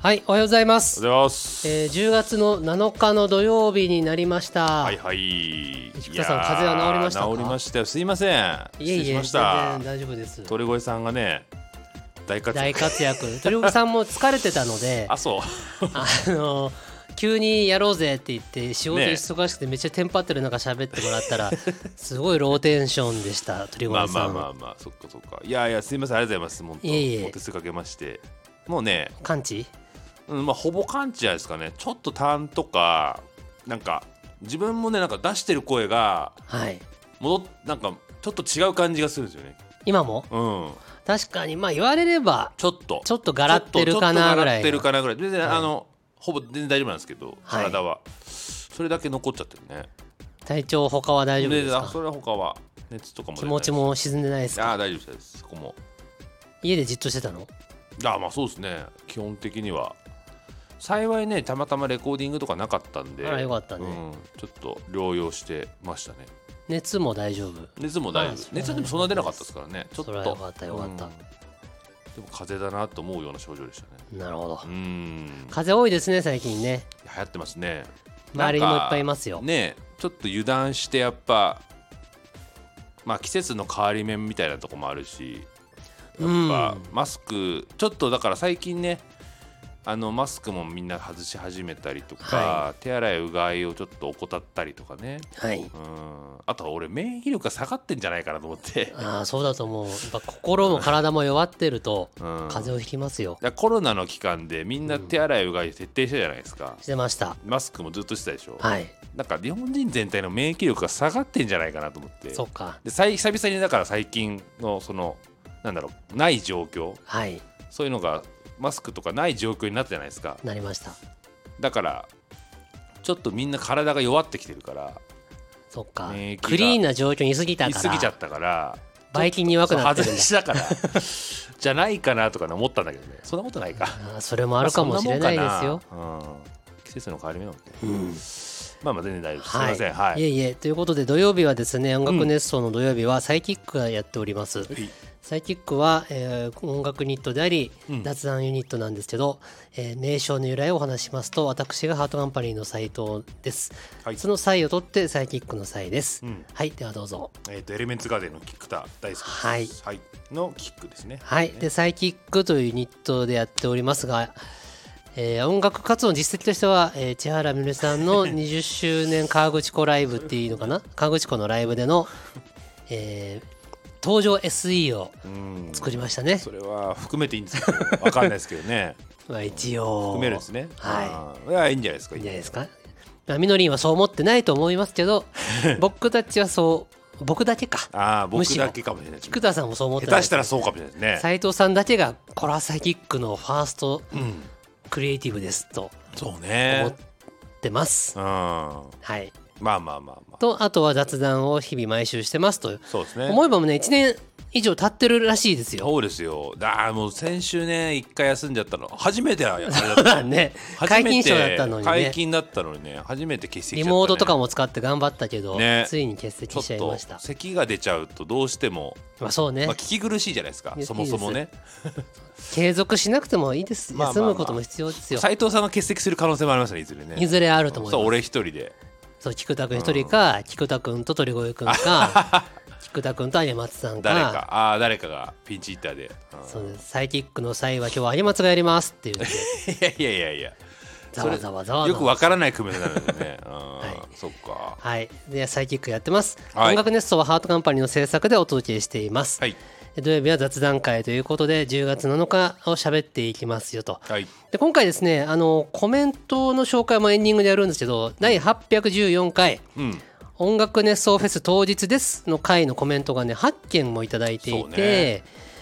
はい、おはようございまおす。はようございます。えー、10月の7日の土曜日になりました。はいはい。市川さんいやー風邪は治りましたか治りましたよ。すいませいん。え失礼いしえ、ま全した然。大丈夫です。鳥越さんがね、大活大躍。活躍。鳥越さんも疲れてたので、あそう。あの急にやろうぜって言って仕事ねえ忙しくてめっちゃテンパってる中喋ってもらった ら、すごいローテンションでした鳥越まさあん。まあまあまあ、そっかそっか。いやいや、すいません。ありがとうございます。本当いえいえお手数かけまして。もうね、完治？うん、まあほぼ完治じゃないですかね。ちょっとターンとか、なんか自分もねなんか出してる声がはい。戻っなんかちょっと違う感じがするんですよね。今もうん。確かにまあ言われればちょっと。ちょっとガラってるかなぐらいちょっとちょっとガラっの。てるかなぐらい全然、はいあのほぼ全然大丈夫なんですけどはい体は、それだけ残っちゃってるね体調他は大丈夫ですあか？それは他は熱とかも出気て持ちも沈んでないですあか？あ大丈夫です大丈夫ですそこも家でじっとしてたの？ああまあそうですね基本的には幸いねたまたまレコーディングとかなかったんであらよかったねうん、ちょっと療養してましたね熱も大丈夫。熱も大ああ丈夫そう熱でもそんな出なかったですからねちょっそとれはよかったよかったうんでも風邪だなと思うような症状でしたねなるほどう。ん風多いですね最近ね。流行ってますね周りにもいっぱいいますよねえちょっと油断してやっぱまあ季節の変わり目みたいなとこもあるしやっぱうんマスクちょっとだから最近ねあのマスクもみんな外し始めたりとか、は手洗いうがいをちょっと怠ったりとかねはい。うんあとは俺免疫力が下がってんじゃないかなと 思って、ああそうだと思う。やっぱ心も体も弱ってるとうん、だ風か邪をひきますよ。らコロナの期間でみんな手洗いうがい徹底したじゃないですか、してました。マスクもずっとしてたでしょ、はい。なんか日本人全体の免疫力が下がってんじゃないかなと思ってそっか。で最久々にだから最近のそのなんだろうない状況はい。そういうのがマスクとかない状況になったじゃないですかなりました。だからちょっとみんな体が弱ってきてるからそっか免疫。がクリーンな状況に過ぎたいか過ぎちゃらっ。たからバイキンに弱くなってる外んだ。しだからじゃないかなとかね思ったんだけどねそんなことないかあーそれ もあるかもしれないですよ。まあそんなもんかなうん季節の変わり目なのでうんまあまあ全然大丈夫です、はい。すいませんはいえいえということで土曜日はですね音楽熱奏の土曜日はサイキックがやっております。はいサイキックは、えー音楽ユニットであり、うん雑談ユニットなんですけど、えー名称の由来をお話ししますと私がハートカンパニーの斉藤です、はいその際を取ってサイキックの際です、うんはいではどうぞえー、とエレメンツガーデンのキックタ大好きです、はいはい、のキックですねはいでサイキックというユニットでやっておりますが、えー音楽活動の実績としては、えー千原みのりさん の20周年河口湖ライブっていうのかな河口湖のライブでの、えー登場 SE をうん作りましたね、 それは含めていいんですかわかんないですけ どねまあ、一応含めるんですねはいいやいいんじゃないですかいいんじゃないですか。まあ、みのりんはそう思ってないと思いますけ ど僕たちはそう僕だけかああむ僕しろだけかもしれないです菊田さんもそう思って下ない手したらそうかもしれないですね斉藤さんだけが「コラサイキックのファーストうんクリエイティブです」とそう思っねてます。うんまはい、あまあまあまあとあとは雑談を日々毎週してますとそうですね思えばもうね1年以上経ってるらしいですよ。そうですよだもう先週ね一回休んじゃったの初めてあれだっそたうだね初 解め禁て賞だったのにね解禁だったのにね初めて欠席しちゃったねリモートとかも使って頑張ったけど、ねついに欠ちょ席っしちゃいましとた。咳が出ちゃうとどうしてもまあそうね、まあ聞き苦しいじゃないですかいやそもそもね継続しなくてもいいです。まあまあ休むことも必要ですよ。斉藤さんが欠席する可能性もありますねいずれねいずれあると思いそうます。俺一人でそう、菊田くん一人か、菊田くんと鳥越くん か、菊田くんと有松さんか、誰かああ誰かがピンチヒッターで、うんそうですサイキックの際は今日は有松がやります って言って、いやいやいやいざわざわざわざわやよくわからない組み立てなんで ね、うんいそっかはい。で、サイキックやってます。はい音楽ネストはハートカンパニーの制作でお届けしています。はい土曜日は雑談会ということで、10月7日を喋っていきますよと。はいで今回ですね、あの、コメントの紹介もエンディングでやるんですけど、第814回、うん音楽熱奏フェス当日ですの回のコメントがね8件もいただいていそうて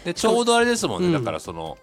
ね、でちょうどあれですもんね、うんだからその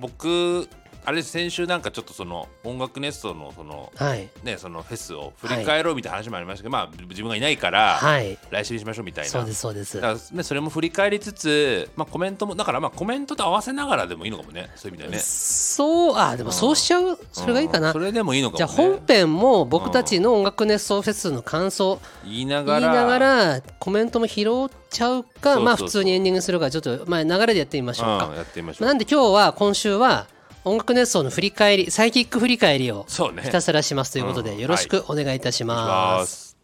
僕あれです先週なんかちょっとその音楽ネストのそのはいねそのフェスを振り返ろうみたいな話もありましたけど、まあ自分がいないから、はい来週にしましょうみたいなそうですそうですだからね、それも振り返りつつ、まあ、コメントもだからまあコメントと合わせながらでもいいのかもねそういう意味ではねそうあでもそうしちゃうそれがいいかうなんそれでもいいのかも、じゃね、あ本編も僕たちの音楽熱奏フェスの感想言いな言がいらながらコメントも拾っちゃうそうそうかそうまあ普通にエンディングするからちょっとまあ流れでやってみましょううかん、やってみましょうなんで今日は今週は音楽熱奏の振り返りサイキック振り返りをそうねひたすらしますということで、うんよろしくお願いいたします,、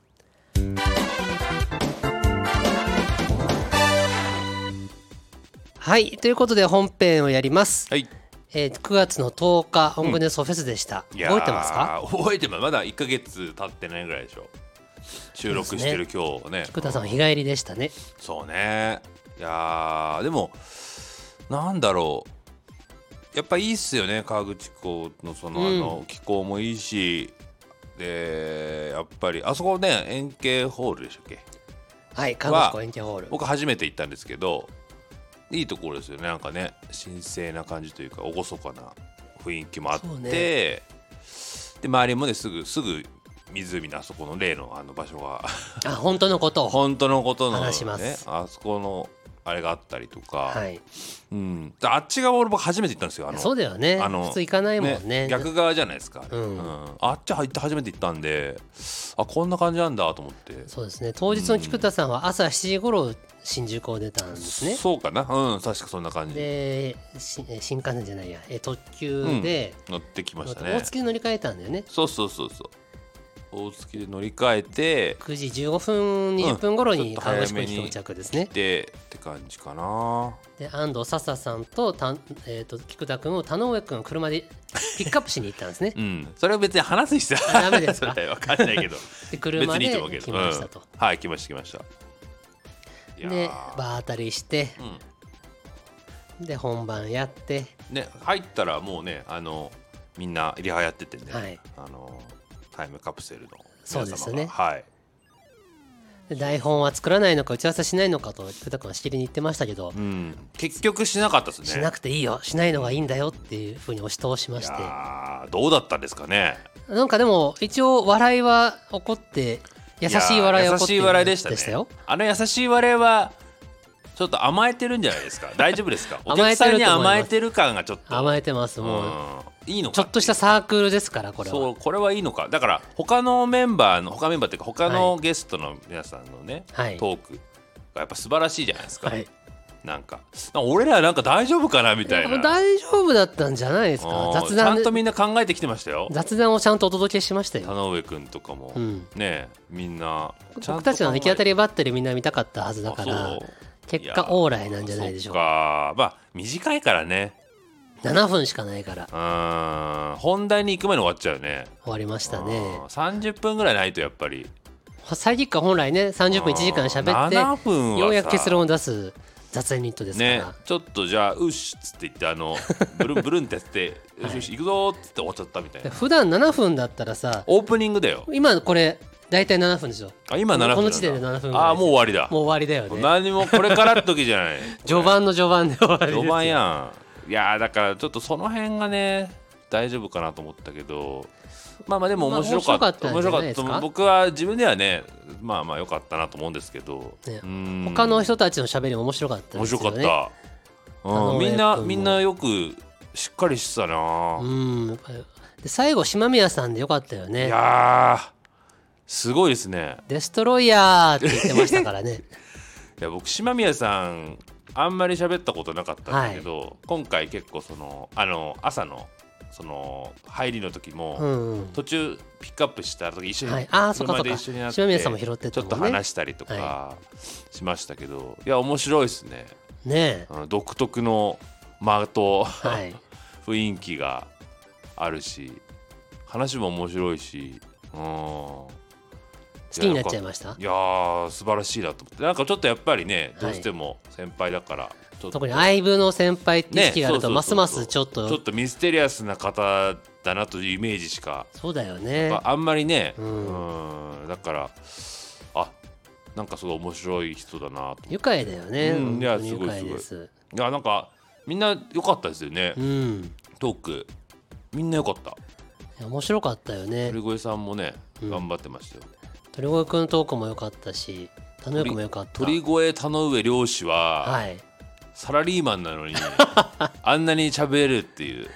すはいということで本編をやります、はいえー9月の10日音楽熱奏フェスでした、いやー覚えてますか覚えてますまだ1か月経ってないぐらいでしょ収録してる今日ね福田さん日帰りでしたねそうねいやーでもなんだろうやっぱいいっすよね河口湖のその,、うんあの気候もいいしでやっぱりあそこね円形ホールでしたっけはい韓国公演ホール僕初めて行ったんですけどいいところですよねなんかね神聖な感じというか厳かな雰囲気もあって、そうねで周りもねすぐすぐ湖のあそこの例のあの場所が あ本当のことを本当のことの、ね話します、あそこのあれがあったりとか、はいうん、であっち側俺僕初めて行ったんですよあのそうだよねあの普通行かないもんね逆側じゃないですか、あれうんあっち入って初めて行ったんであこんな感じなんだと思ってそうですね当日の菊田さんは朝7時頃新宿を出たんですねそうかなうん確かそんな感じでしえ新幹線じゃないやえ特急で、乗ってきましたね大月に乗り換えたんだよねそうそうそうそう大月で乗り換えて9時15分20分頃うんにちょっと川早口湖めにに到着ですね、でって感じかなで安藤笹さんとたん、えー、と菊田君を田上君車でピックアップしに行ったんですね うんそれは別に話す必要あダメですかそれは分かんないけどで 別車にいいでと思うけど来ましたと、うんはい来ました来ましたいやーで場当たりして、で本番やってね入ったらもうねあのみんなリハやっててね、はいあのタイムカプセルの皆様がそうですねはいで台本は作らないのか打ち合わせしないのかと菊田君はしきりに言ってましたけど、うん、結局しなかったですねしなくていいよしないのがいいんだよっていうふうに押し通しましていやーどうだったんですかねなんかでも一応笑いは起こって優しい笑いやは優起こってしい笑いでしたねよあの優しい笑いはちょっと甘えてるんじゃな いですか大丈夫ですかお甘客えてさんると思いにます甘えてる感がちょっと甘えてますもう、うんいいのかちょっとしたこサークルですからこれれはそうこれはいいのかだから他のメンバーの他メンバーっていうか他のゲストの皆さんのね、はいトークがやっぱ素晴らしいじゃないですか、はいなんかなんか俺らなんか大丈夫かなみたいな大丈夫だったんじゃないですかうん雑ちゃ談んとみんな考えてきてましたよ雑談をちゃんとお届けしました田よ上君とかも、うんねえみんなちゃん僕とたちの行き当たりりばったりみんな見たかったはずだから結果オーライなんじゃないでしょうそかっかまあ短いからね7分しかないからうーん本題に行く前に終わっちゃうね終わりましたねうん30分ぐらいないとやっぱりサイキックは本来ね30分1時間喋って7分はさようやく結論を出す雑演ユニットですから、ねちょっとじゃあ「うっし」っつって言ってあ のブルンブルンってやって「よしよし行くぞ」っつって終わっちゃったみたいな普段7分だったらさオープニングだよ今これ大体7分ですよあ今7分この時点で7分ぐらいああもう終わりだもう終わりだよね何もこれからの時じゃない序盤の序盤で終わりですよ序盤やんいやーだからちょっとその辺がね大丈夫かなと思ったけどまあまあでも面白かったまあ面白かったんじゃない面ですか白かった僕は自分ではねまあまあ良かったなと思うんですけど、ねうん他の人たちの喋りも面白かった面ですよ白ねかった、うん、田上みんな君もみんなよくしっかりしてたな、うんやっぱりで最後島宮さんでよかったよいねやーすごいですねデストロイヤーって言ってましたから ねいや僕島宮さんあんまり喋ったことなかったんだけど、今回結構そのあの朝のその入りの時も、うん、うん、途中ピックアップした時一緒に、はいあーそっかそっか車で一緒になって島宮さんも拾ってったちょもっんねと話したりとかはしましたけど、い、や面白いですねねえあの独特の間と、はい雰囲気があるし話も面白いしうん好好きになっちゃいましたいやー素晴らしいなと思ってなんかちょっとやっぱりねどうしても先輩だから、ちょっと特に相部の先輩って意識があるとねますそうそまうそうそうすちょっとちょっとミステリアスな方だなというイメージしかそうだよねああんまりね、う、うんだからあなんかすごい面白い人だなと思って愉快だよね、うんいや本当にすご愉い快ですいやなんかみんな良かったですよね、うんトークみんな良かったいや面白かったよね鳥越さんもね頑張ってましたよ、鳥越くんのトークも良かったし田上君も良かった鳥越田上漁師は、はいサラリーマンな のにあんなに喋れるっていう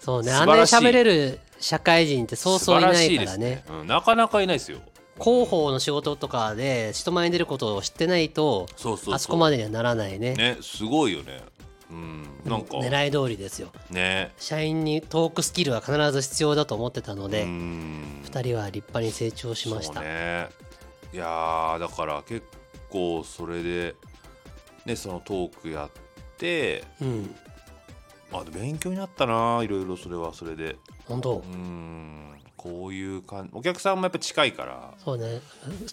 そうね素あ晴んなにらしい喋れる社会人ってそうそういない素晴からねですうん、なかなかいないですよ広報の仕事とかで人前に出ることを知ってないとそうそうそうあそこまでにはならないねねすごいよねうんなんか狙い通りですよね社員にトークスキルは必ず必要だと思ってたので、うん2人は立派に成長しましたそうねいやーだから結構それでねそのトークやってうんまあ勉強になったないろいろそれはそれで本当、うんこういう感じお客さんもやっぱ近いからそうね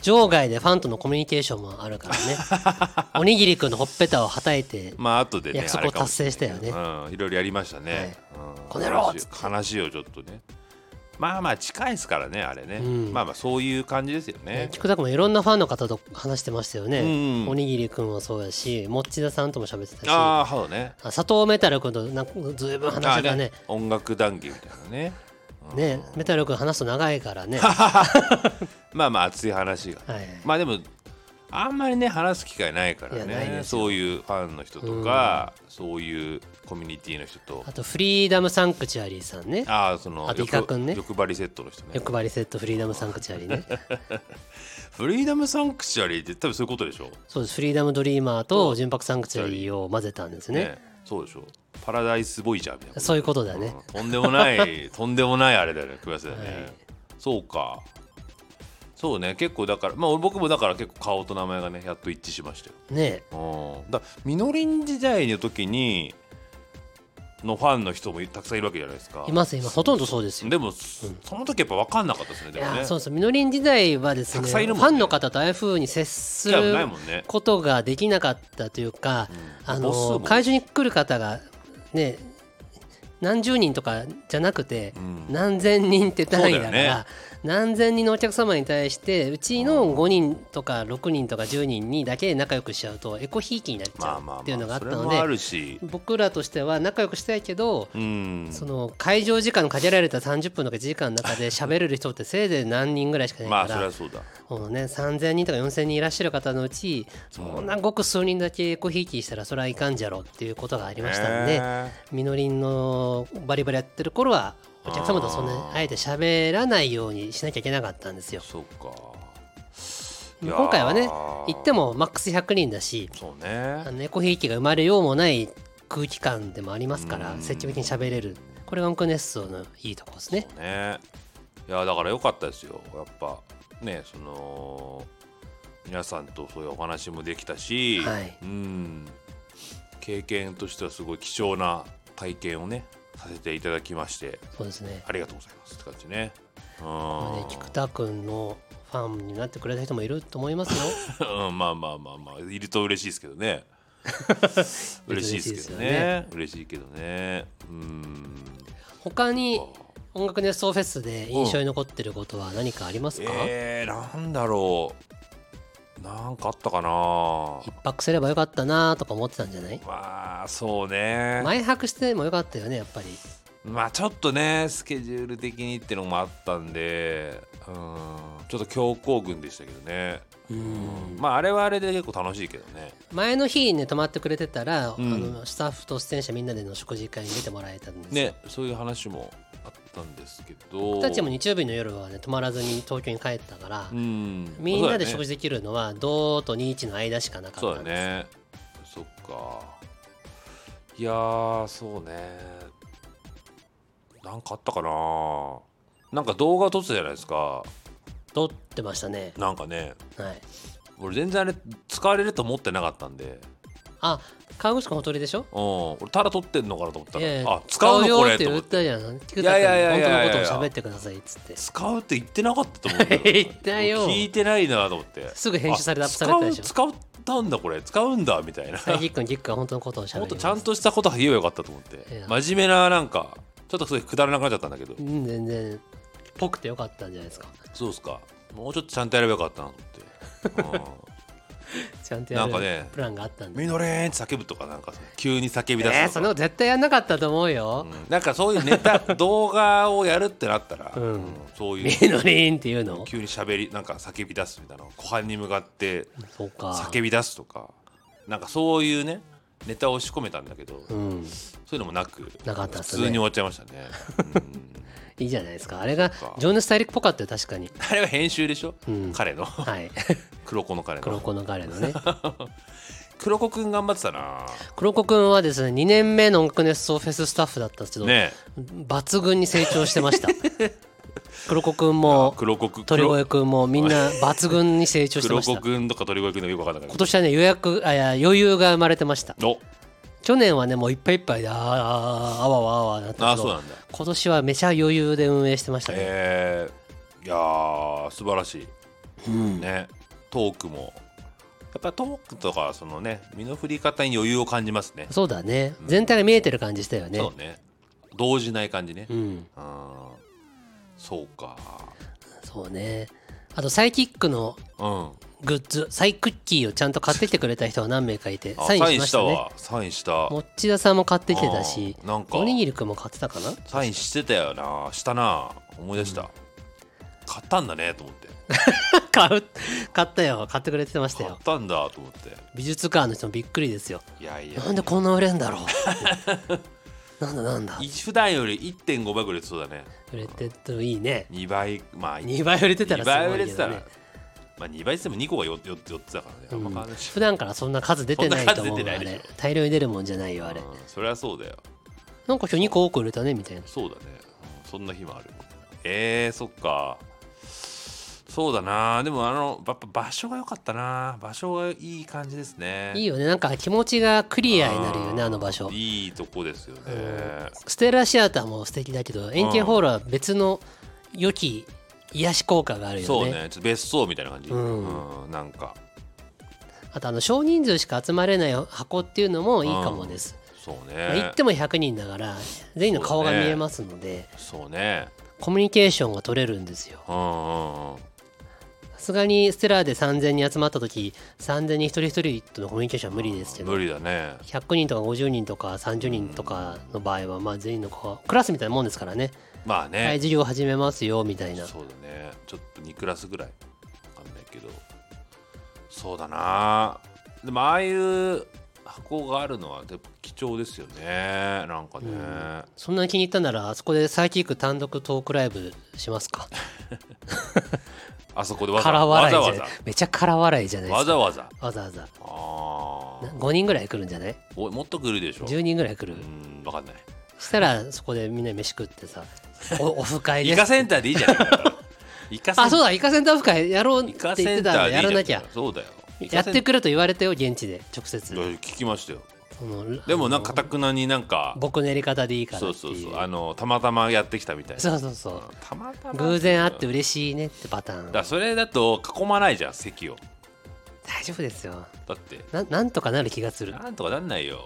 場外でファンとのコミュニケーションもある からねおにぎりくんのほっぺたをはたいてまあ後でね約束あれかもれないけど達成したうん、いろいろやりましたね、うんこの野郎っ話つってを話をちょっとねまあまあ近いですからねあれね、うんまあまあそういう感じですよね菊田君もいろんなファンの方と話してましたよね、うんおにぎりくんもそうやしもっちださんとも喋ってたしああそうねあ佐藤メタル君となんかずいぶん話があね音楽談義みたいなねねメタル君話すと長いから ね、まあまあ熱い話が、はいまあでもあんまりね話す機会ないからいやないねですよそういうファンの人とか、そういうコミュニティの人とあとフリーダムサンクチュアリーさんねああそのあと欲イカ君ね欲張りセットの人ね欲張りセットフリーダムサンクチュアリー ねフリーダムサンクチュアリーって多分そういうことでしょそうですフリーダムドリーマーと純白サンクチュアリーを混ぜたんですねそうでしょパラダイスボイジャーみたいなことそういうことだね、うんとんでもない とんでもないあれだよね組み合わせだよね、はいそうかそうね結構だからまあ僕もだから結構顔と名前がねやっと一致しましたよねうんだみのりん時代の時にのファンの人もたくさんいるわけじゃないですかいます今ほとんどそうですよでも、その時やっぱ分かんなかったですねいでもやねそうそうみのりん時代はですたねくさんいフるもんねァンの方とああいうふうに接す機会もるないもんねことができなかったというか、うんあ母数のも会場に来る方がね何十人とかじゃなくて、うん何千人って単位だからそうだよね何千人のお客様に対してうちの5人とか6人とか10人にだけ仲良くしちゃうとエコひいきになっちまゃあまあ、まうあ、っていうのがあったそのれもあでるし僕らとしては仲良くしたいけどうんその会場時間の限られた30分とか1時間の中で喋れる人ってせいぜい何人ぐらいしかいなまあいそかれらはそうだこのね、3,000人とか4,000人いらっしゃる方のうちそんなごく数人だけコヒーキーしたらそれはいかんじゃろうっていうことがありましたんで、ねみのりんのバリバリやってる頃はお客様とそんなにあーあえて喋らないようにしなきゃいけなかったんですよ。そうかいやー今回はね行ってもマックス100人だしそうねあのエコひいきが生まれようもない空気感でもありますからうん積極的に喋れるこれがウンクネッソのいいとこですね。そうねいやだから良かったですよやっぱねその皆さんとそういうお話もできたし、はいうん経験としてはすごい貴重な体験をねさせていただきましてそうですねありがとうございますって感じね。うんまあね菊田君のファンになってくれた人もいると思いますよ。うんまあまあまあまあいると嬉しいですけど ね嬉しいですけどね嬉しいけどねうん他に音楽熱奏フェスで印象に残ってることは何かありますか、えー、なんだろうなんかあったかな一泊すればよかったなとか思ってたんじゃないまあそうね前泊してもよかったよねやっぱりまあちょっとねスケジュール的にってのもあったんでうんちょっと強行軍でしたけどねうんまああれはあれで結構楽しいけどね前の日にね泊まってくれてたら、うんあのスタッフと出演者みんなでの食事会に出てもらえたんですよねそういう話もあったんですけど僕たちも日曜日の夜はね泊まらずに東京に帰ったから、うんみんなでそうだよね食事できるのは堂と21の間しかなかそうっただんですねそっかいやーそうねなんかあったかななんか動画撮ってたじゃないですか撮ってましたねなんかねはい俺全然あれ使われると思ってなかったんであ川口君ほとりでしょうん俺ただ撮ってんのかなと思ったいやいやらあ使うのこ使よれってと言思っってたじゃん。菊い田や君本いやいやい当のやいやことを喋ってくださいっつって。使うって言ってなかったと思うんだ よ言ったよ俺聞いてないなと思ってすぐ編集されてあアップされてたでしょ使う使ったんだこれ使うんだみ たいなサイギックのギックは本当のことを喋りもまっす。とちゃんとしたことは言えばよかったと思っていや真面目ななんかちょっとそれくだらなくなっちゃったんだけどうん全然ぽくてよかったんじゃないですか。そうっすかもうちょっとちゃんとやればよかったなと思ってちゃんとやるなんかねプランがあったんうんで。みのれーんって叫ぶとかなんかさ急に叫び出えー、そすとんなか、こと絶対やんなかったと思うよ。うんなんかそういうネ タ動画をやるってなったら、んうんそうみいうのりんっていうの。急に喋りなんか叫び出すみたいなの湖畔に向かってそうか。叫び出すとかなんかそういうねネタを仕込めたんだけど、うん。そういうのもなくなかったっ普す通ねに終わっちゃいましたね、いいじゃないですかあれがそっか「情熱大陸」っぽかったよ確かに あれは編集でしょ、うん彼のはい 黒子の彼黒の子の彼のね黒子くん頑張ってたな黒子くんはですね2年目の音楽熱奏フェススタッフだったんですけど、ね抜群に成長してました 黒子くんも黒子くん鳥黒越くんもみんな抜群に成長してま黒し子たくんとか鳥越くんのよく分かんなか今った年はね予約あいや余裕が生まれてましたお去年はねもういっぱいいっぱいであーあーあわわあわなったけどああそうなんだ今年はめちゃ余裕で運営してましたね、えー、いやー素晴らしいねトークもやっぱトークとかそのね身の振り方に余裕を感じますねそうだね全体が見えてる感じしたよねそうね動じない感じねううんんそうかそうねあとサイキックのうんグッズサイクッキーをちゃんと買ってきてくれた人が何名かいてあサインしましたねサインしたわサインもしっちださんも買ってきてたしあーなんかおにぎりくんも買ってたかなたサインしてたよなしたな思い出した、買ったんだねと思って買う買ったよ買ってくれてました買っよたんだと思って美術館の人もびっくりですよいやいやなんでこんな売れんだろうなんだなんだい普段より1.5倍ぐらいそうだね売れてるといいね2倍まあ2倍売れてたら2す倍ご売いれけてたどら、ねまあ、2倍しても2個が 4, 4, つだからねあんま変わらないし、普段からそんな数出てないと思うそんな数出てわないあでしょれ大量に出るもんじゃないよあれうんそれはそうだよなんか今日2個多く売れたねみたいなそうだね、うんそんな日もあるえー、そっかそうだなでもあのやっぱ場所が良かったな場所がいい感じですねいいいよねなんか気持ちがクリアになるよねあの場所いいとこですよね、ステラシアターも素敵だけど円形ホールは別の良き癒し効果があるよそうねねちょっと別荘みたいな感じ、うんうんなんかあとあの少人数しか集まれない箱っていうのもいいかもです、そうまあ行ねっても100人だから全員の顔が見えますので、そうねコミュニケーションが取れるんですようんうんうんさすがにステラで3000人集まった時3000人一人一人とのコミュニケーションは無理ですけど無理だね100人とか50人とか30人とかの場合はまあ全員の顔クラスみたいなもんですからねまあね、はい授業始めますよみたいなそうだねちょっと2クラスぐらいわかんないけどそうだなでもああいう箱があるのはやっぱ貴重ですよねなんかね、そんなに気に入ったならあそこでサイキック単独トークライブしますかあそこでわざ空わ笑いじざゃなわいざめちゃ空笑いじゃないでわすかざわざわざわざあなー5人ぐらい来るんじゃないおいもっと来るでしょ ?10 人ぐらい来るうんわかんないしたらそこでみんな飯食ってさおオフ会イでカすセンターでいいじゃんイカセ ンあそうだイカセンターオフ会やろうってイ言カってセンタたーんででやいいじらゃんなきゃそうだよイやカっセンてくると言われてよ現地で直接いや聞きましたよそのでもなんかあかたくなになんかの僕のやり方でいいからってそいううそうそうあのたまたまやってきたみたいなそうそうそうたまたま偶然会って嬉しいねってパターンだからそれだと囲まないじゃん席を大丈夫ですよだってななんとかなる気がするなんとかなんないよ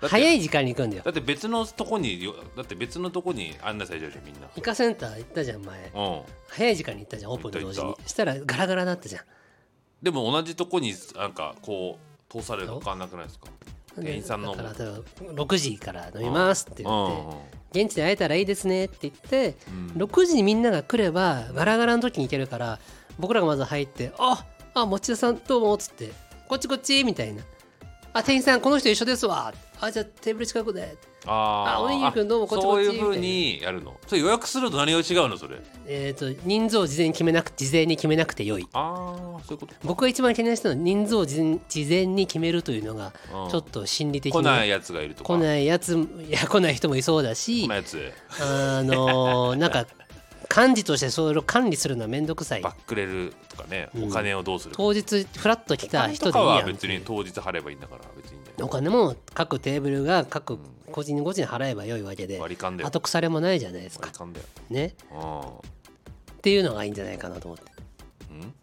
だって早い時間に行くんだよだって別のとこによだって別のとこに案内されちゃうじゃんみんなイカセンター行ったじゃん前うん早い時間に行ったじゃんオープンと同時行っにたしたらガラガラになったじゃんでも同じとこになんかこう通されるのかなくないですか店員さんのだから例えば6時から飲みますって言って、現地で会えたらいいですねって言って、うん6時にみんなが来ればガラガラの時に行けるから僕らがまず入って「ああ持田さんどうも」っつって「こっちこっち」みたいな「あ店員さんこの人一緒ですわ」あじゃあテーブル近くで」あーあおにぎりくんどうもこっちこそっうちいうふうにやるのそれ予約すると何が違うのそれえー、と人数を事前に決めなく事前に決めなくてよいああそういうこと僕が一番懸念したのは人数を事前事前に決めるというのがうんちょっと心理的に来ないやつがいるとか来ないやついや来ない人もいそうだ来しないやつあ のーなんか幹事としてそれを管理するのは面倒くさいバックレるとかねお金をどうするか当日フラッと来た人でといかいはやん別に当日払えばいいんだから別にいいんだよお金も各テーブルが各個人個人払えばよいわけで割り勘だよ後腐れもないじゃないです割かり勘だよねあっていうのがいいんじゃないかなと思ってあ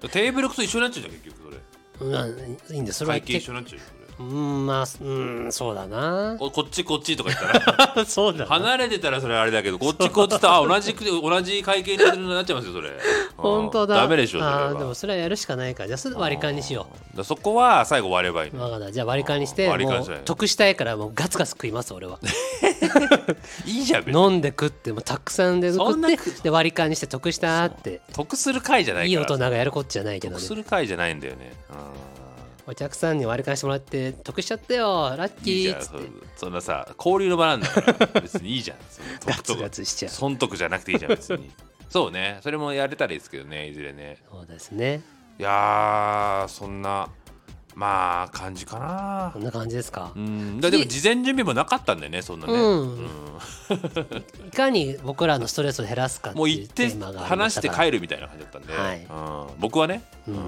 テーブルと一緒になっちゃうじゃん結局それうんいいんですそれは会計結一緒になっちゃうよそうんまあうんそうだ なれおこっちこっちとか言ったら そうだ離れてたらそれあれだけどこっちこっちとあ同じく同じ会計になっちゃいますよそれ 本当だうんダメでしょそれあはーでもそれはやるしかないからじゃあそれで割り勘にしよだからそこは最後割ればいいうのわかったじゃあ割り勘にして割りも勘しないう得したいからもうガツガツ食います俺 はいいじゃん別に飲んで食ってもうたくさんで食そっんなて食で割り勘にして得したって得する会じゃないいかいら大人がやるこっちゃないけど得ねする会じゃないんだよねうんお客さんに割り勘してもらって得しちゃったよラッキいいじーゃっんつそってそんなさ交流の場なん だから別にいいじゃんそのガ得ツとかガツしちゃうそ損得じゃなくていいじゃん別にそうねそれもやれたらいいですけどねいずれねうですねいやーそんなまあ感じかなこんな感じですかう、んだでも事前準備もなかったんでねそんなね、うんうんいかに僕らのストレスを減らすかってもうい行うっテてーマがありま話ししたかてら帰るみたいな感じだったんで、はいうん、僕はね、うんうん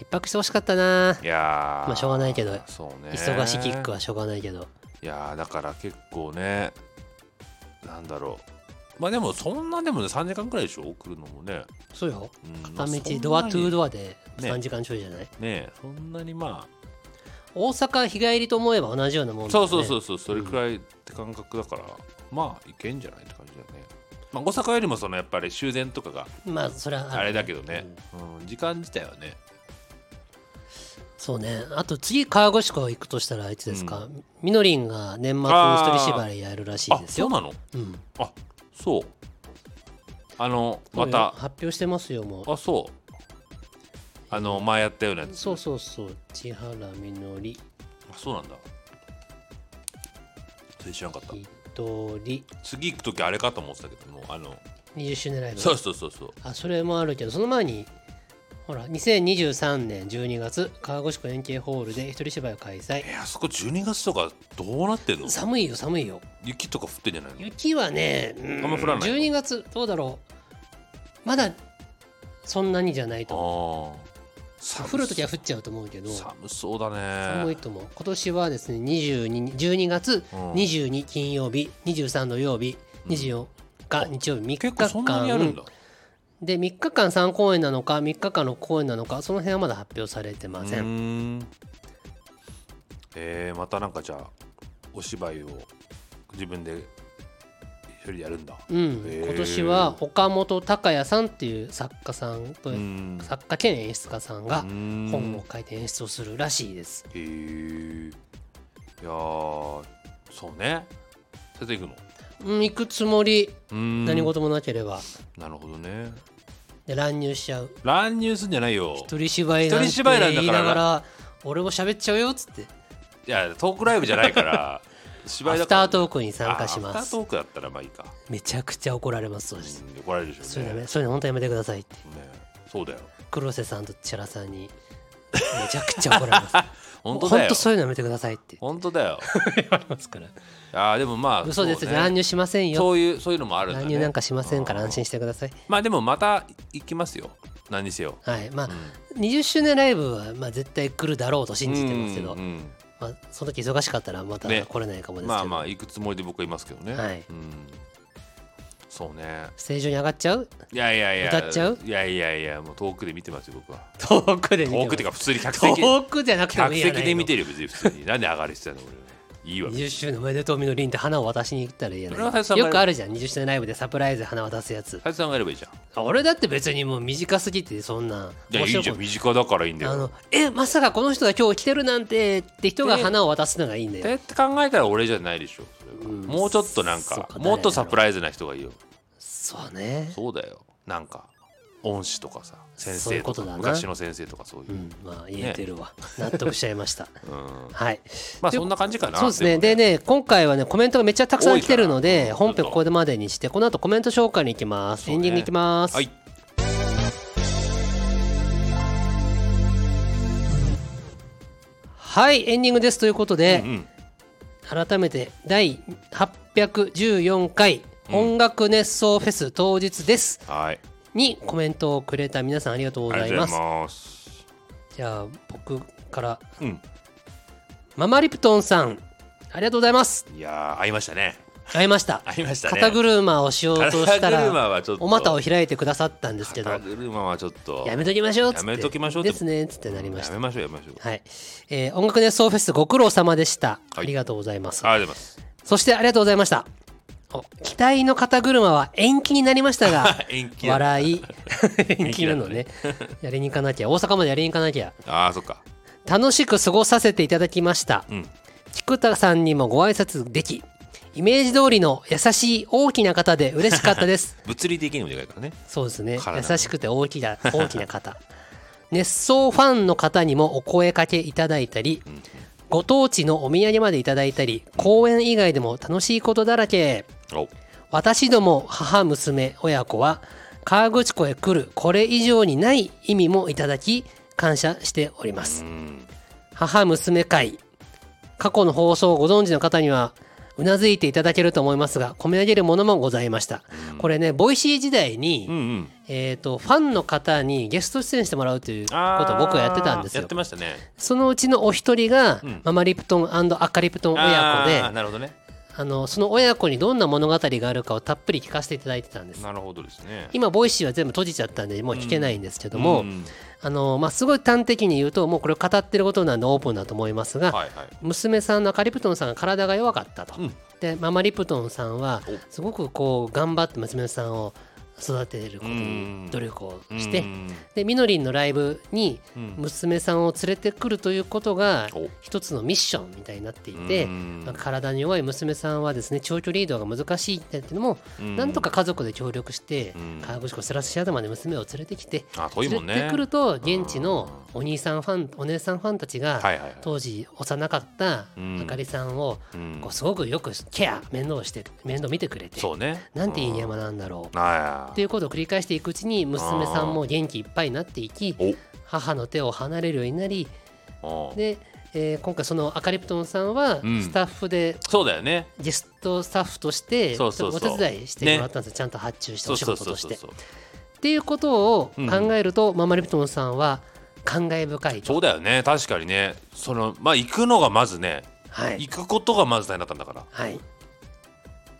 一泊してほしかったないやーまあしょうがないけどそうね忙しいキックはしょうがないけどいやーだから結構ねなんだろうまあでもそんなでもね3時間くらいでしょ来るのもね、そうようん片ま道あそんなにドアトゥードアでね3時間ちょいじゃない、ねそんなにまあ大阪日帰りと思えば同じようなもんだそようねそうそうそうそれくらいって感覚だから、まあいけんじゃないって感じだよね、まあ、大阪よりもそのやっぱり終電とかがまあそれはあれだけどね、うん時間自体はねそうねあと次川越湖行くとしたらいつですか、みのりんが年末一人芝居やるらしいあですそようなのうんあそうあのもうまよた発表してますよもうあそうあの前やったようなやつそうそうそう千原みのりあそうなんだそれ知らんかったひとり次行く時あれかと思ってたけどもうあの20周年ライブそうそうそうそうあそれもあるけどその前にほら2023年12月川越湖円形ホールで一人芝居を開催えあそこ12月とかどうなってんの寒いよ寒いよ雪とか降ってんじゃないの雪はね、うんあんま降らない12月どうだろうまだそんなにじゃないと思ああう降るときは降っちゃうと思うけど寒そうだね寒いと思う今年はですね22 12月うん22金曜日23土曜日24日日曜日3日結構そんなにあるんだ間で3日間3公演なのか3日間の公演なのかその辺はまだ発表されてませうんーんえー、またなんかじゃあお芝居を自分で一人でやるんだうん、へー今年は岡本孝也さんっていう作家さんと、うん作家兼演出家さんがうん本を書いて演出をするらしいですへえいやーそうね出ていくのうん、行くつもりうーん何事もなければ、なるほどねで乱入しちゃう乱入すんじゃないよ一人芝居なんて一人芝居なんだから言いながら俺も喋っちゃうよっつっていやトークライブじゃないから 芝ア居だフからタートークに参加しあアまフターすトークだったらまあいいか、めちゃくちゃ怒られますそうです、うん、怒られるでしそょれうダねメそういうの本当やめてくださいってねそうだよ黒瀬さんと千原さんにめちゃくちゃ怒られます本当だよそういうのやめてくださいって本当だ よ言われますからあーでもまあ嘘です、そうね乱入しませんよそういうそういうのもあるんだ、ね、乱入なんかしませんから安心してくださいまあでもまた行きますよ何にせよはいまあ、20周年ライブは、まあ、絶対来るだろうと信じてますけど、うんうんまあ、その時忙しかったらまたね来れないかもですけど、まあまあ行くつもりで僕はいますけどね、はいうん、そうねステージ上に上がっちゃういやいやいや歌っちゃういやいやいやもう遠くで見てますよ僕は遠くで見て遠もくっていうか普通に客席遠くじゃなくても客いいや席ないで見てるよ別に普通になんで上がる必要なの俺はいいわ20周年おめでとうみのりんって花を渡しに行ったらいいやそれはな林さいんがよくあるじゃん20周年ライブでサプライズで花渡すやつ林さんがやればいいじゃんあ俺だって別にもう短すぎてそんないやいいじゃんこと身近だからいいんだあよのえまさかこの人が今日来てるなんてって人が花を渡すのがいいんだえよって考えたら俺じゃないでしょそれはうんもうちょっとなんそうかかもっとサプライズな人がいいよそうねそうだよなんか恩師とかさ先そうい生うこととかだな昔の先生とかそういうう、んまあ言えてるわ、 納得しちゃいました うんはいまあそんな感じかなそうですねでね今回はねコメントがめっちゃたくさん来てるの多いでから本編ここでまでにしてこの後コメント紹介に行きます、そうエねンディングに行きます、はいはいエンディングですということで、うんうん改めて第814回音楽熱奏フェス当日です、はいにコメントをくれた皆さんありがとうごありざがいとうごますざいますじゃあ僕からうんママリプトンさんありがとうございますいやー会いましたね会いました会いましたね肩車をしようとした肩車はらちょっとお股を開いてくださったんですけど肩車はちょっとやめときましょうっつってやめときましょうってですねっつってなりましやためましょうやめましょうはい、えー音楽熱奏フェスご苦労様でした、はいありがとうございますありがとうございますそしてありがとうございましたお期待の肩車は延期になりました が延期だ笑い 延期なのねやりに行かなきゃ大阪までやりに行かなきゃあーそっか楽しく過ごさせていただきましたうん菊田さんにもご挨拶できイメージ通りの優しい大きな方で嬉 しかったです物理的にもでかいからねそうですね体が優しくて大きな大きな方熱奏ファンの方にもお声かけいただいたり、うんご当地のお土産までいただいたり、公演以外でも楽しいことだらけ。お私ども母娘親子は河口湖へ来るこれ以上にない意味もいただき感謝しておりますうん母娘会過去の放送をご存知の方にはうなずいていただけると思いますが込み上げるものもございましたこれねボイシー時代に、うんうんえー、とファンの方にゲスト出演してもらうということをあー僕はやってたんですやよってましたねそのうちのお一人が、うんママリプトンアカリプトン親子であーなるほどねあのその親子にどんな物語があるかをたっぷり聞かせていただいてたんですなるほどですね今ボイシーは全部閉じちゃったんでもう聞けないんですけども、うんあのまあ、すごい端的に言うともうこれ語ってることなんでオープンだと思いますが、はいはい娘さんのアカリプトンさんが体が弱かったと、うんでママリプトンさんはおすごくこう頑張って娘さんを育てることうんに努力をして、うんでみのりんのライブにうん娘さんを連れてくるということがお一つのミッションみたいになっていて、うんまあ体に弱い娘さんはですね長距離移動が難しいっていうのも、うんなんとか家族で協力して、うん河口湖セラスシアドまで娘を連れてきて、あ遠いも連んれねてくると現地のお兄さんファンお姉さんファンたちが、はいはいはい当時幼かったうんあかりさんを、うんこうすごくよくケア面倒して面倒見てくれてそうねなんていい山なんだろう、うんあっていうことを繰り返していくうちに娘さんも元気いっぱいになっていきー母の手を離れるようになりおうんで、えー今回そのアカリプトンさんはうんスタッフでそうだよねゲストスタッフとしてそうそうおそう手伝いしてもらったんですよ、ちゃんと発注してそおう仕そう事そとうしそうて。っそうていうことをうん考えると、ママリプトンさんは感慨深いと。そうだよね確かにねそのまあ行くのがまずねはい行くことがまず大変だったんだからはい、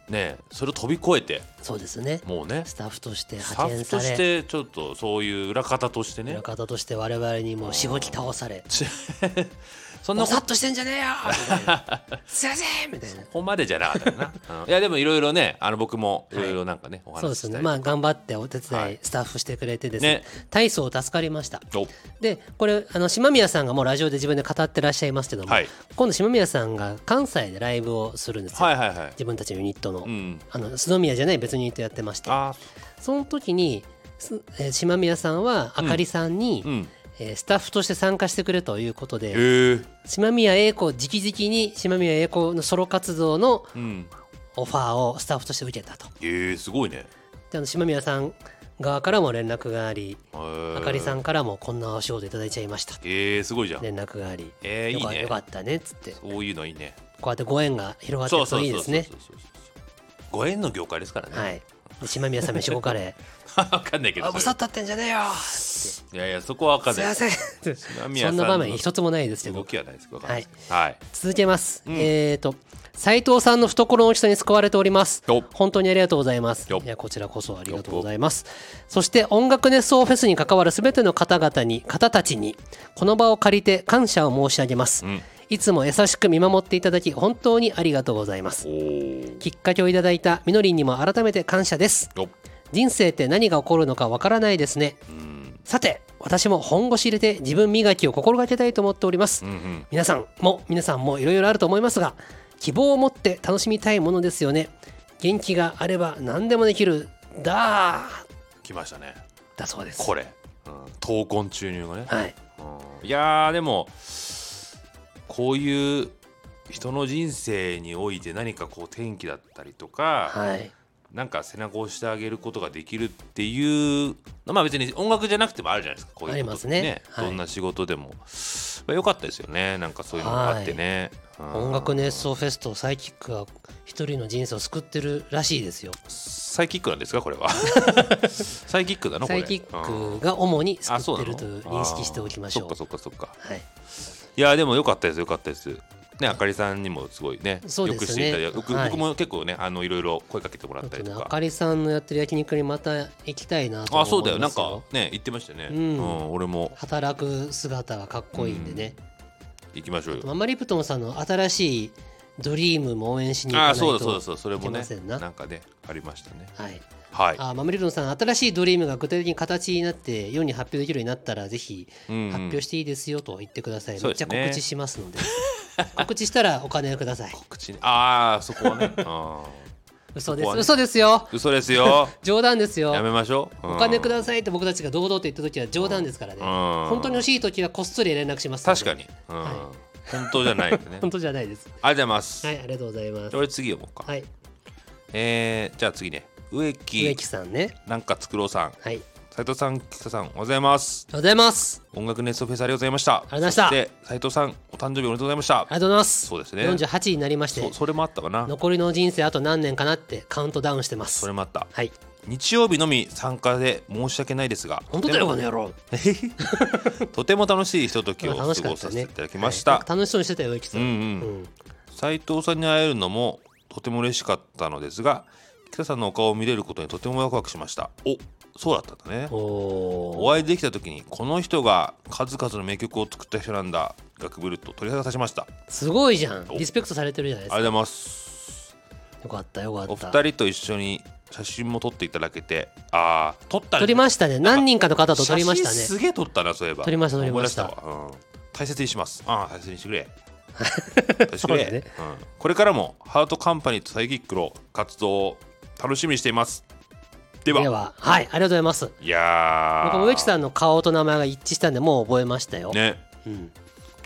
ねそれを飛び越えてそうですねもうねスタッフとしてスタ派遣ッフとさしれてちょっとそういう裏方としてね裏方として我々にもしごき倒され「そんなもこさっとしてんじゃね えよ!」みたいな「すいません!」みたいなここまでじゃなかった よな、うんいやでもいろいろねあの僕もいろいろなんかね、おそうで話しすしたねりまあ頑張ってお手伝い、はいスタッフしてくれてですねね大層助かりましたおでこれあの島宮さんがもうラジオで自分で語ってらっしゃいますけども、はい今度島宮さんが関西でライブをするんですよ、はいはいはい自分たちのユニットの,、うんあの須宮じゃない別のユニットやってましてあその時にすえー島宮さんはあかりさんに、うんえースタッフとして参加してくれということで、へえ島宮英子直々に島宮英子のソロ活動のうんオファーをスタッフとして受けたとえー、すごいねであの島宮さん側からも連絡がありああかりさんんからもこんなお仕事いただいちゃいましたえー、すごいじゃん、連絡がありえー、いよいかねよかったねっつってこそういうのいいねうやってご縁が広がってそるうそとういいそでうすそうそねうそうそうご縁の業界ですからね、はいで島宮さん飯ごカレ わかんないけーどあそれさっとってんじゃねえよいやいやそこはわかんすいないません そそんな場面一つもないですけ動どきはないですわかんないですはい、続けます、うんえっ、と斉藤さんの懐の大きさに救われておりますよっ本当にありがとうございますよっいやこちらこそありがとうございますそして音楽熱奏フェスに関わる全ての方々に方たちにこの場を借りて感謝を申し上げます、うんいつも優しく見守っていただき本当にありがとうございますおーきっかけをいただいたみのりんにも改めて感謝ですよっ人生って何が起こるのかわからないですねうんさて私も本腰入れて自分磨きを心がけたいと思っておりますうんうん皆さんも皆さんもいろいろあると思いますが希望を持って楽しみたいものですよね元気があれば何でもできるだー来ましたねだそうですこれ、うん、闘魂注入がね、はいうんいやーでもこういう人の人生において何かこう転機だったりとか、はいなんか背中を押してあげることができるっていうまあ別に音楽じゃなくてもあるじゃないですかこういうことってありますねはいどんな仕事でも、まあ、よかったですよねなんかそういうのがあってね、うん音楽熱奏フェスとサイキックが一人の人生を救ってるらしいですよサイキックなんですかこれ はサイキックなのこサれイキうんックが主にあ救そうっなてのるという認識しておきましょうあーそっかそっかそっかはいいやでも良かったです良かったです。ねあかりさんにもすごいねそうですねよくしていただいて僕,、はい僕も結構ねあのいろいろ声かけてもらちょっったとりねとあか。かりさんのやってる焼肉にまた行きたいなとあ思いますそうだよなんかね言ってましたね。ううんん、俺も働く姿がかっこいいんでね、行きましょうよ。ママリプトンさんの新しいドリームも応援しに行かあなあいそとうだそうだそうだそれもいけまねせんななんかねありましたね。はい、はい。あママリプトンさん新しいドリームが具体的に形になって世に発表できるようになったらぜひうんうん発表していいですよと言ってください、そめうっでちゃすね告知します ので告知したらお金をください 口にああそこはね。あ嘘でここす、は嘘ねですよ嘘ですよ冗談ですよやめましょう、うんお金くださいって僕たちが堂々と言った時は冗談ですからね、うん本当に欲しい時はこっそり連絡します確かに、うんは本当じゃないよねありがと本う当じゃないですございます、はいありがとうございます俺次読もうか、はいえー、じゃあ次ね植植木木さんねなんかつくろうさんはいありが斉藤さん菊田さんおはようございますとうございます音楽ネストフェスありがとうございましたありがとうございましたそして斉藤さんお誕生日おめでとうございましあたりがとうございますそうですね48になりましてそそれもあったかな残りの人生あと何年かなってカウントダウンしてまそすれもあったはい日曜日のみ参加で申し訳ないですが本当だよこの野郎とてもとても楽しいひとときを過ご楽しかっさたせてねいただきましたはい楽しそうにしてたよ植木さん、うんううんん斉藤さんに会えるのもとても嬉しかったのですが北さんのお顔を見れることにとてもワクワクしましたおそうだったんだねおーお会いできた時にこの人が数々の名曲を作った人なんだがくぶると鳥肌が立ちましたありすごいじゃんリスペクトされてるじゃないでがとすうございますかよかったよかったお二人と一緒に写真も撮っていただけてああ撮ったね撮りましたね何人かの方と撮りました写真ねすげえ撮ったなそういえば撮りました撮りました思い出たわ、うん、大切にしますああ大切にして くれ大切にしてくそうれだねうん、これからもハートカンパニーとサイキックの活動を楽しみにしていますではでははいありがとうございますいや僕ー植木さんの顔と名前が一致したんでもう覚えましたよ、ねうん、い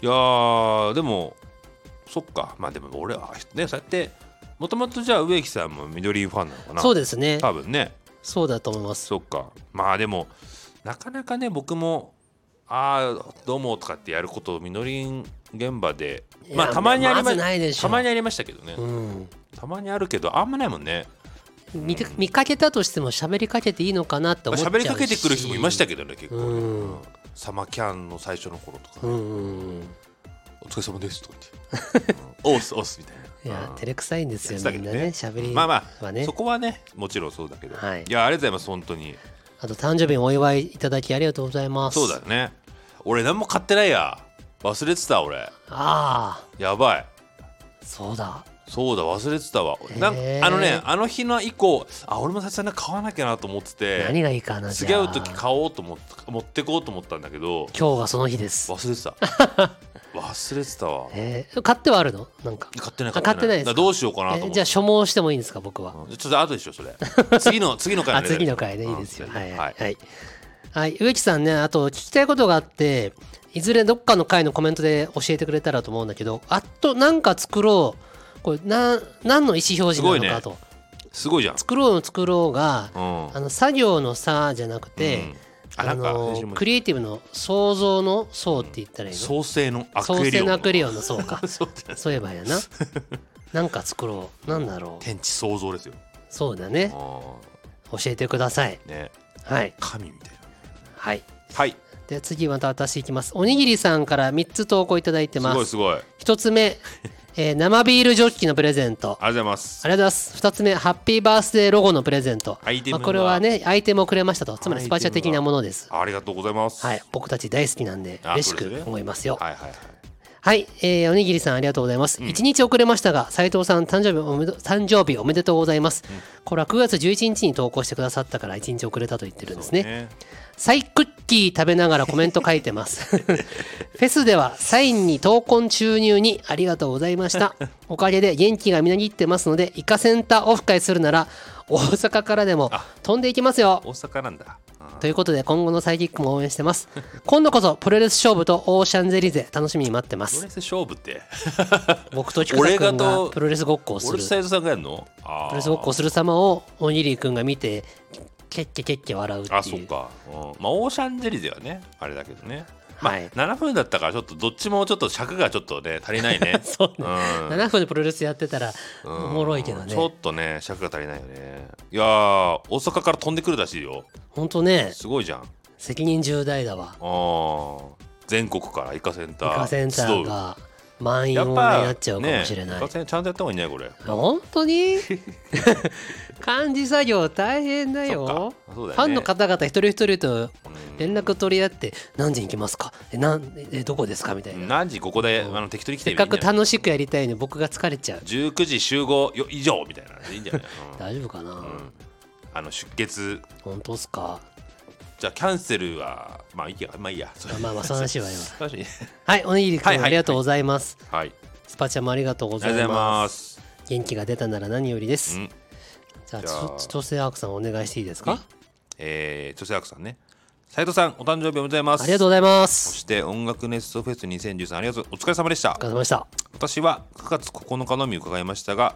やーでもそっかまあでも俺はねそうやってもともとじゃあ植木さんも緑ファンなのかなそうでですね多分ねそうだと思いますそっかまあでもなかなかね僕も「ああどうも」とかってやることをみのりん現場でいやまあたまにありままずないでしょたまにありましたけどね、うんたまにあるけどあんまないもんね見て見かけたとしても喋りかけていいのかなって思っちゃうし喋りかけてくる人もいましたけどね結構ね、うんうんサマキャンの最初の頃とか、うんうんうんお疲れ様です」とか 言って「うんおうすおうす」みたいいな。やうん照れくさいんですよやってみんたけなどねね喋りまあまあ、はねそこはねもちろんそうだけど、はいやありがとうございます本当にあと誕生日にお祝いいただきありがとうございますそうだよね俺何も買ってないや忘れてた俺あやばいあそうだそうだ忘れてたわなんへーあのねあの日の以降あ俺もさすがに買わなきゃなと思って何てがいいかなじ次ゃ会あう時買おうと思って持ってこうと思ったんだ けど今日がその日です忘れてた忘れてたわえー買ってはあるのなんか買ってないあ買ってないでだすかからどうしようかなとえ思っーてじゃあ所望してもいいんですか僕はうんちょっと後でしょそれ 次の次の回あのね次の回ねいいですようんはいははいいはいはい植木さんねあと聞きたいことがあっていずれどっかの回のコメントで教えてくれたらと思うんだけどあっとなんか作ろうこれな何の意思表示なのかすと、すごいじゃん作ろうの作ろうがうんあの作業の「さ」じゃなくて、うんああなんかの先週もクリエイティブの創造の「層」って言ったらいいの、創生のアク創エ生リオンのアクリオンの「層」か そうじゃないそういえばやななんか作ろうなんだ ろう天地創造ですよそうだねあ教えてくださいーねはい神みたいなはいはいで次また私いきますおにぎりさんから3つ投稿いただいてすまごいすすごいありがとう1つ目、えー生ビールジョッキのプレゼントございますありがとうございます。二つ目、ハッピーバースデーロゴのプレゼント。アイテムはまあ、これはね、アイテムをくれましたと。つまりスパチャ的なものです。ありがとうございますはい、僕たち大好きなんで、あ嬉しそうですくね思いますよ。はいはいはいはい、えーおにぎりさんありがとうございます。一、日遅れましたが、斉藤さん誕生日おめで誕生日おめでとうございます。これは9月11日に投稿してくださったから一日遅れたと言ってるんですね。ねサイクッキー食べながらコメント書いて ます。フェスではサインに闘魂注入にありがとうございま した。おかげで元気がみなぎってますので、イカセンターオフ会するなら、大阪からでも飛んでいきますよ大。阪なんだうんということで、今後のサイキックも応援してます。 今度こそプロレス勝負とオーシャンゼリゼ楽しみに待ってまプロすレ。ス勝負って僕と菊田君俺ががとプロレスごっこをす俺る。プと斉藤さんがやるのあロレスごっこをすする様をおにぎり君が見て、けっけけっけ笑うっていう。あそうかうんまあオーシャンゼリーではねあれだけどねまあはい7分だったからちょっとどっちもちょっと尺がちょっとね足りない ねそうねん7分でプロレスやってたらおうんもろいけどねちょっとね尺が足りないよねいやー大阪から飛んでくるらしいよほんとねすごいじゃんあ責任重大だわー全国からイカセンタイーカセンターが満集う員や御っ礼にぱなっちゃうかもしれねなイい、カセンちゃんとやった方がいいねこれ本当 に 漢字作業大変だそよっかそうだよねファンの方々一人一人とうん連絡取り合って何時に行きますかえなんえどこですかみたいな何時ここであの適当に来てせっればいかいんじくゃない楽しくやりたいのに僕が疲れちゃう19時集合よ以上みたいなのでいいんじゃない、うん大丈夫かな、あの出血本当っすかじゃあキャンセルはまあいいやまあいいやそれまあまあその話は今確かにはいおにぎりくはいんはいありがとうございます、はいスパチャもありがとうごあざりがとうございいますます元気が出たなら何よりですうんじゃあじゃあちょ女性アークさんお願いしていいですかえー、女性アクさんね斉藤さんお誕生日おめでとうございますありがとうございまそすして音楽ネストフェス2013ありがとうお疲れ様でしたお疲れ様でした私は9月9日のみ伺いましたが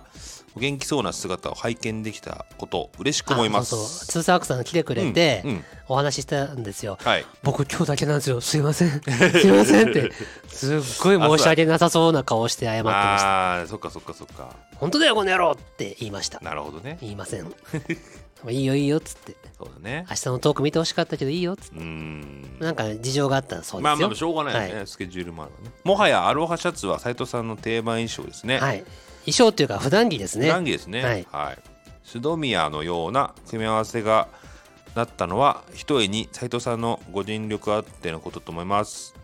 お元気そうな姿を拝見できたこと嬉しく思いまあそうそうすツーサークさんが来てくれて、うんうんお話ししたんですよはい僕今日だけなんですよすいませんすいませんってすっごい申し訳なさそうな顔して謝ってましたあーそっかそっかそっか本当だよこの野郎って言いましたなるほどね言いませんいいよいいよっつってそうだね明日のトーク見てほしかったけどいいよっつっうーんてなんか事情があったそうでまあすまよあしょうがないよね、はスケジュールもあるわねもはやアロハシャツは斉藤さんの定番衣装ですねはい衣装っていうか普段着ですね普段着ですね。ははいい。シュドミアのような組み合わせがなったのは、ひとえに斉藤さんのご尽力あってのことと思います。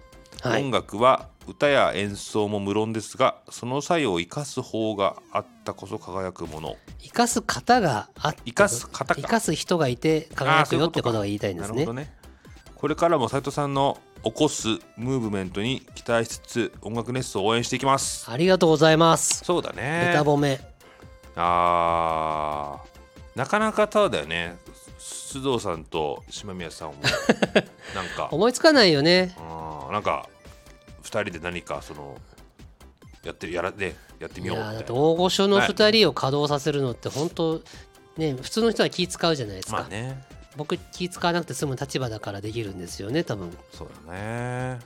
はい音楽は歌や演奏も無論ですが、その作用を生かす方があったこそ輝くもの。生かす方があって生かす方か生かす人がいて輝くよってことが言いたいんでなするねほどね。これからも斉藤さんの起こすムーブメントに期待しつつ、音楽熱奏を応援していきます。ありがとうございますそうだね。ベタ褒めあーなかなかタワーだよねす須藤さんと島 宮さんもなんか思いつかないよねあーなんか2人で何かそのやってるやらでやっていみやようみーだったいてな大御所の2人を稼働させるのって本当ね普通の人は気使うじゃないですか、まあね僕気使わなくて済む立場だからできるんですよね多分そうだね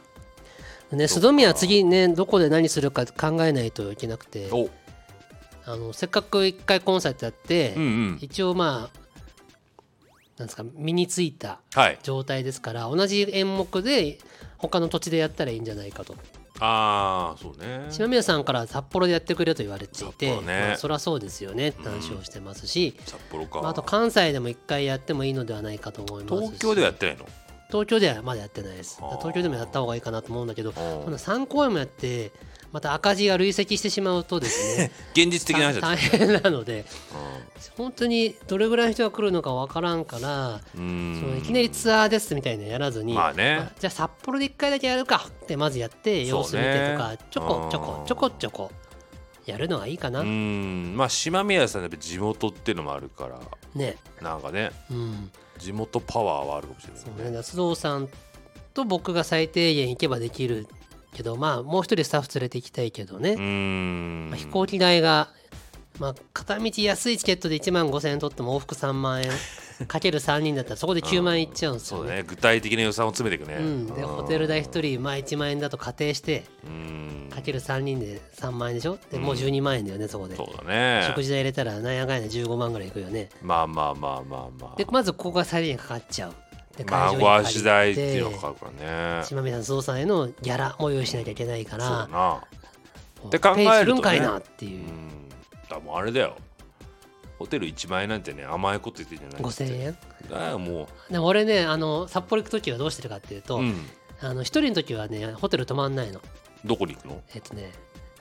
ねスドミは次ねどこで何するか考えないといけなくておあのせっかく一回コンサートやって、うんうん一応まあなんですか身についたはい状態ですから同じ演目で他の土地でやったらいいんじゃないかとああそうね島宮さんから札幌でやってくれと言われていて、札幌ねまあそりゃそうですよねって話をしてますし、札幌か、まあ、あと関西でも一回やってもいいのではないかと思いますし東京ではやってないの東京ではまだやってないですあー東京でもやった方がいいかなと思うんだけどーこの3公演もやってまた赤字が累積してしまうとですね現実 的な話だ大った変なのでう本当にどれぐらいの人が来るのかわからんからんそのうんいきなりツアーですみたいなのやらずに、まあねじゃあ札幌で1回だけやるかってまずやって様子見てとか、そうねちょこちょうこんちょこちょこやるのがいいかな、うんまあ島宮さんやっぱ地元っていうのもあるからねなんかねうん地元パワーはあるかもしれないそうねね須藤さんと僕が最低限行けばできるけどまあもう一人スタッフ連れて行きたいけどね、うーんまあ飛行機代が、まあ、片道安いチケットで1万5000円取っても往復3万円かける3人だったらそこで9万円いっちゃうんですそようねだね具体的な予算を詰めていくね、うん、でホテル代1人、まあ、1万円だと仮定してうーんかける3人で3万円でしょでもう12万円だよねそこで、そうだね食事代入れたらなんやかんやで15万ぐらいいくよねまあまあまあまあまあでまずここが最低限かかっちゃうでまあにご借り足代っていうのがかかるからね島見さん須藤さんへのギャラも用意しなきゃいけないかそうだらなこうって考えるとねペイするんかいなっていうう、んだもうあれだよホテル1万円なんてね甘いこと言ってんじゃない5000円だよもでも俺ねあの札幌行く時はどうしてるかっていうう、と、うん、あの1人の時はねホテル泊まんないのどこに行くのえっとね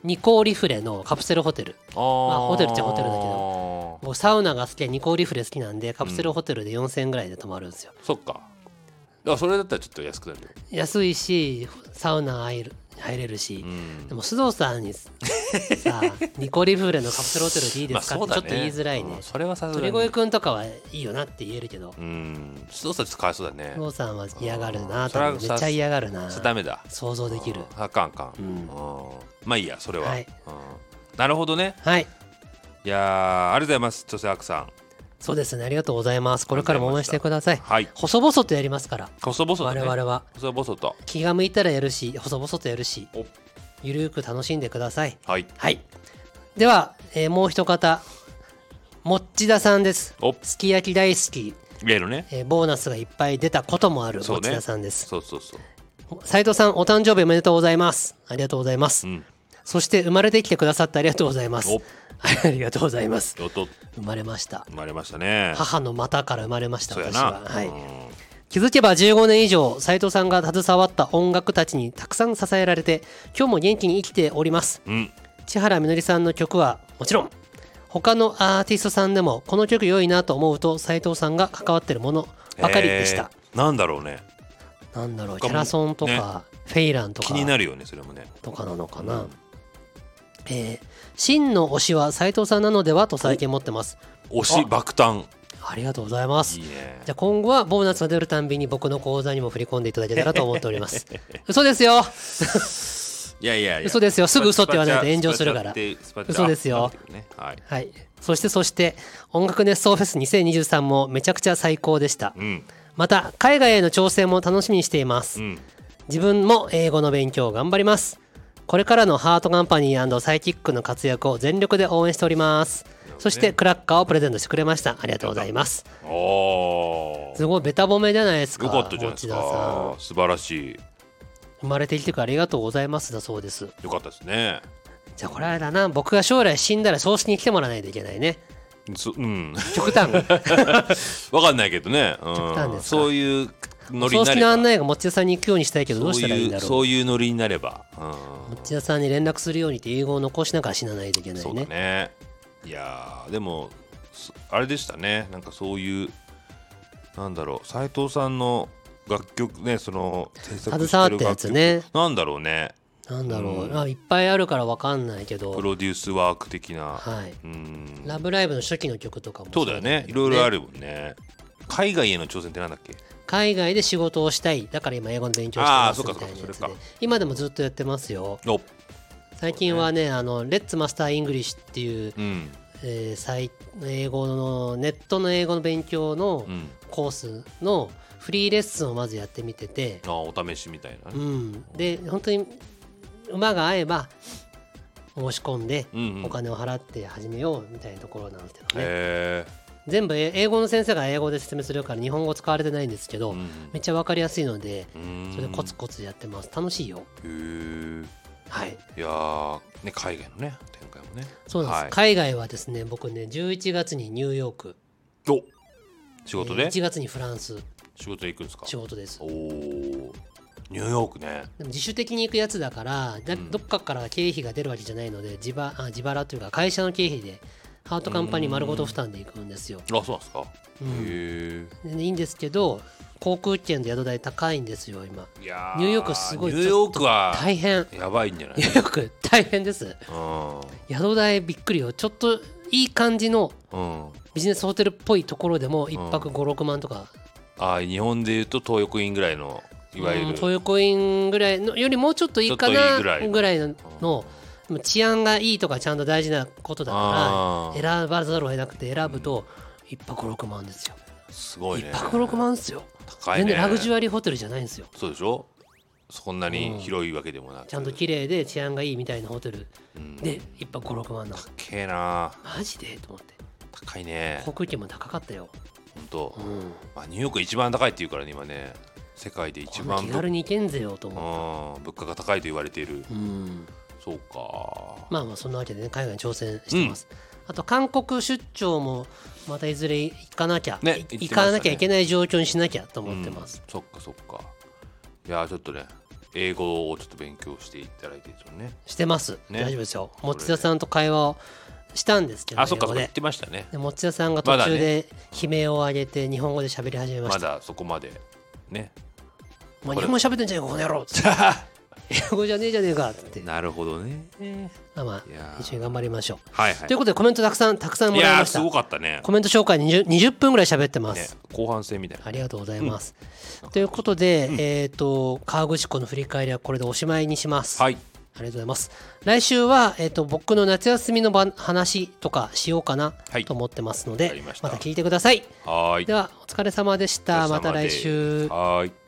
ニコーリフレのカプセルホテルあー、まあホテルっちゃホテルだけど僕サウナが好きでニコーリフレ好きなんでカプセルホテルで4000円ぐらいで泊まるんですよ、そっかだからそれだったらちょっと安くなるよ、安いしサウナ入る入れるし、うんでも須藤さんにさニコリフレのカプセルホテルでいいですかまあってちょっと言いづらいそねうだうんそれはさすが鳥に越くんとかはいいよなって言えるけどうん須藤さんちょっとかわいそうだね須藤さんは嫌がるうなんそれは多分めっちゃ嫌がるなそれダメだ想像できるあかんあかん、ううんん、まあいいやそれは、はいうんなるほどねはいいやーありがとうございます女性アクさんそうですねありがとうございますこれからも応援してくださいはい細々とやりますから細々と我ね々は細々と気が向いたらやるし細々とやるしおゆるーく楽しんでくださいはいはいでは、えーもう一方もっちださんですおすき焼き大好き、例のねえーボーナスがいっぱい出たこともあるそもうちねださんですそうそうそう斉藤さんお誕生日おめでとうございますありがとうございます、うんそして生まれてきてくださってありがとうございますお ありがとうございますおっと生まれました生まれましたね母の股から生まれましたそうや私なは、はいうん気づけば15年以上斉藤さんが携わった音楽たちにたくさん支えられて今日も元気に生きておりますうん千原みのりさんの曲はもちろん他のアーティストさんでもこの曲良いなと思うと斉藤さんが関わってるものばかりでした、えーなんだろうねなんだろうキ他もャラソンとか、フェイランと気になかるよねそれもねとかなのかな、うんえー真の推しは斉藤さんなのではと最近持ってます推し爆誕ありがとうございますいいねじゃあ今後はボーナスが出るたんびに僕の口座にも振り込んでいただけたらと思っております 嘘ですよいやいやいや嘘ですよすぐ嘘って言わないと炎上するからスパチャ嘘ですよスパチャねはいはいそしてそして音楽熱奏フェス2023もめちゃくちゃ最高でしたうんまた海外への挑戦も楽しみにしていますうん自分も英語の勉強を頑張りますこれからのハートカンパニーサイキックの活躍を全力で応援しておりますそしてクラッカーをプレゼントしてくれましたありがとうございますおーすごいベタ褒めじゃないですかよかったじゃないです持田さか素晴らしいん生まれてきてくれありがとうございますだそうですよかったですねじゃあこれあれだな僕が将来死んだら葬式に来てもらわないといけないねそうん 極端わかんないけどねうん端ですかそういうノリ葬にな式れのば案内が持田さんに行くようにしたいけどどうそしうたらいいんいだうろうそういうノリになればうん持田さんに連絡するようにって英語を残しながら死なないといけないそうねだねいやーでもそあれでしたねなんかそういうなんだろう斉藤さんの楽曲ねその制作して携わっるたや楽つ曲ねなんだろうねなんだろう、うんあいっぱいあるからわかんないけプどロデュースワーク的なはいう「んラブライブ!」の初期の曲とかもそうだよねいろいろあるもんね海外への挑戦ってなんだっけ海外で仕事をしたいだから今英語の勉強してますあーそみっかたそっいかなやつそでれか今でもずっとやってますよお最近はねあの「レッツマスターイングリッシュ」っていう、うんえーサイ英語のネットの英語の勉強のうんコースのフリーレッスンをまずやってみてて、あお試しみたいなうねん、で本当に馬が合えば申し込んでうんうんお金を払って始めようみたいなところなんですけどね、へえ全部え英語の先生が英語で説明するから日本語使われてないんですけど、めっちゃ分かりやすいのでそれでコツコツやってます楽しいよへーはいいやーね海外のね展開もねそうなんです、はい海外はですね僕ね11月にニューヨークお仕事えーで1月にフランス仕事で行くんですか仕事ですおーニューヨークねでも自主的に行くやつだからだんどっかから経費が出るわけじゃないので自腹あ自腹というか会社の経費でハートカンパニー丸ごと負担で行くんですよ、あそうなんですか、うんへでいいんですけど航空券の宿代高いんですよ今えいやニューヨークすごいニューヨークは大変やばいんじゃないニューヨーク大変ですう宿代びっくりよちょっといい感じのん、うん、ビジネスホテルっぽいところでも1泊56万とか、あ日本でいうと東横インぐらいのいわゆうるん東横インぐらいのよりもうちょっといいかなちょっといいぐらいのぐらいののでも治安がいいとかちゃんと大事なことだあからー選ばざるを得なくて選ぶと1泊6万ですよすごいね1泊6万ですよ高い全ね然ラグジュアリーホテルじゃないんですよそうでしょそんなに広いわけでもなく、ちゃんと綺麗で治安がいいみたいなホテルうんで1泊56万なの高えなマジでと思って高いね航空券も高かったよ、ほんと、うん、まあ、ニューヨーク一番高いって言うからね今ね世界で一こんな番気ぶ軽に行けんぜよとうん思物価が高いと言われているう、うん、そうかまあまあそんなわけでね海外に挑戦してます、あと韓国出張もまたいずれ行かなきゃ、ねい言ってまし行たねかなきゃいけない状況にしなきゃと思ってます、うんそっかそっかいやーちょっとね英語をちょっと勉強していただいてるとねしてます、ね大丈夫ですよれ持で田さんと会話をしたんですけどあそっか英そ語っか言でってましたねで持田さんが途まだ中ねで悲鳴を上げて日本語で喋り始めまました、だそこまでねお前こ日本れ語喋ってんじゃねえかこの野郎っつって英語じゃねえじゃねえかってなるほどねまあまいやあー一緒に頑張りましょうはいはいということでコメントたくさんたくさんいもらいやまーしすたごかったねコメント紹介 20, 20分ぐらい喋ってます、ね後半戦みたいなありがとうございます、ということで、えっ、と川口湖の振り返りはこれでおしまいにします、はいありがとうございます来週は、えっと僕の夏休みのば話とかしようかなはいと思ってますので、わかりましたまた聞いてくださいはーいではお疲れ様でしたお疲れ様また来です週はーい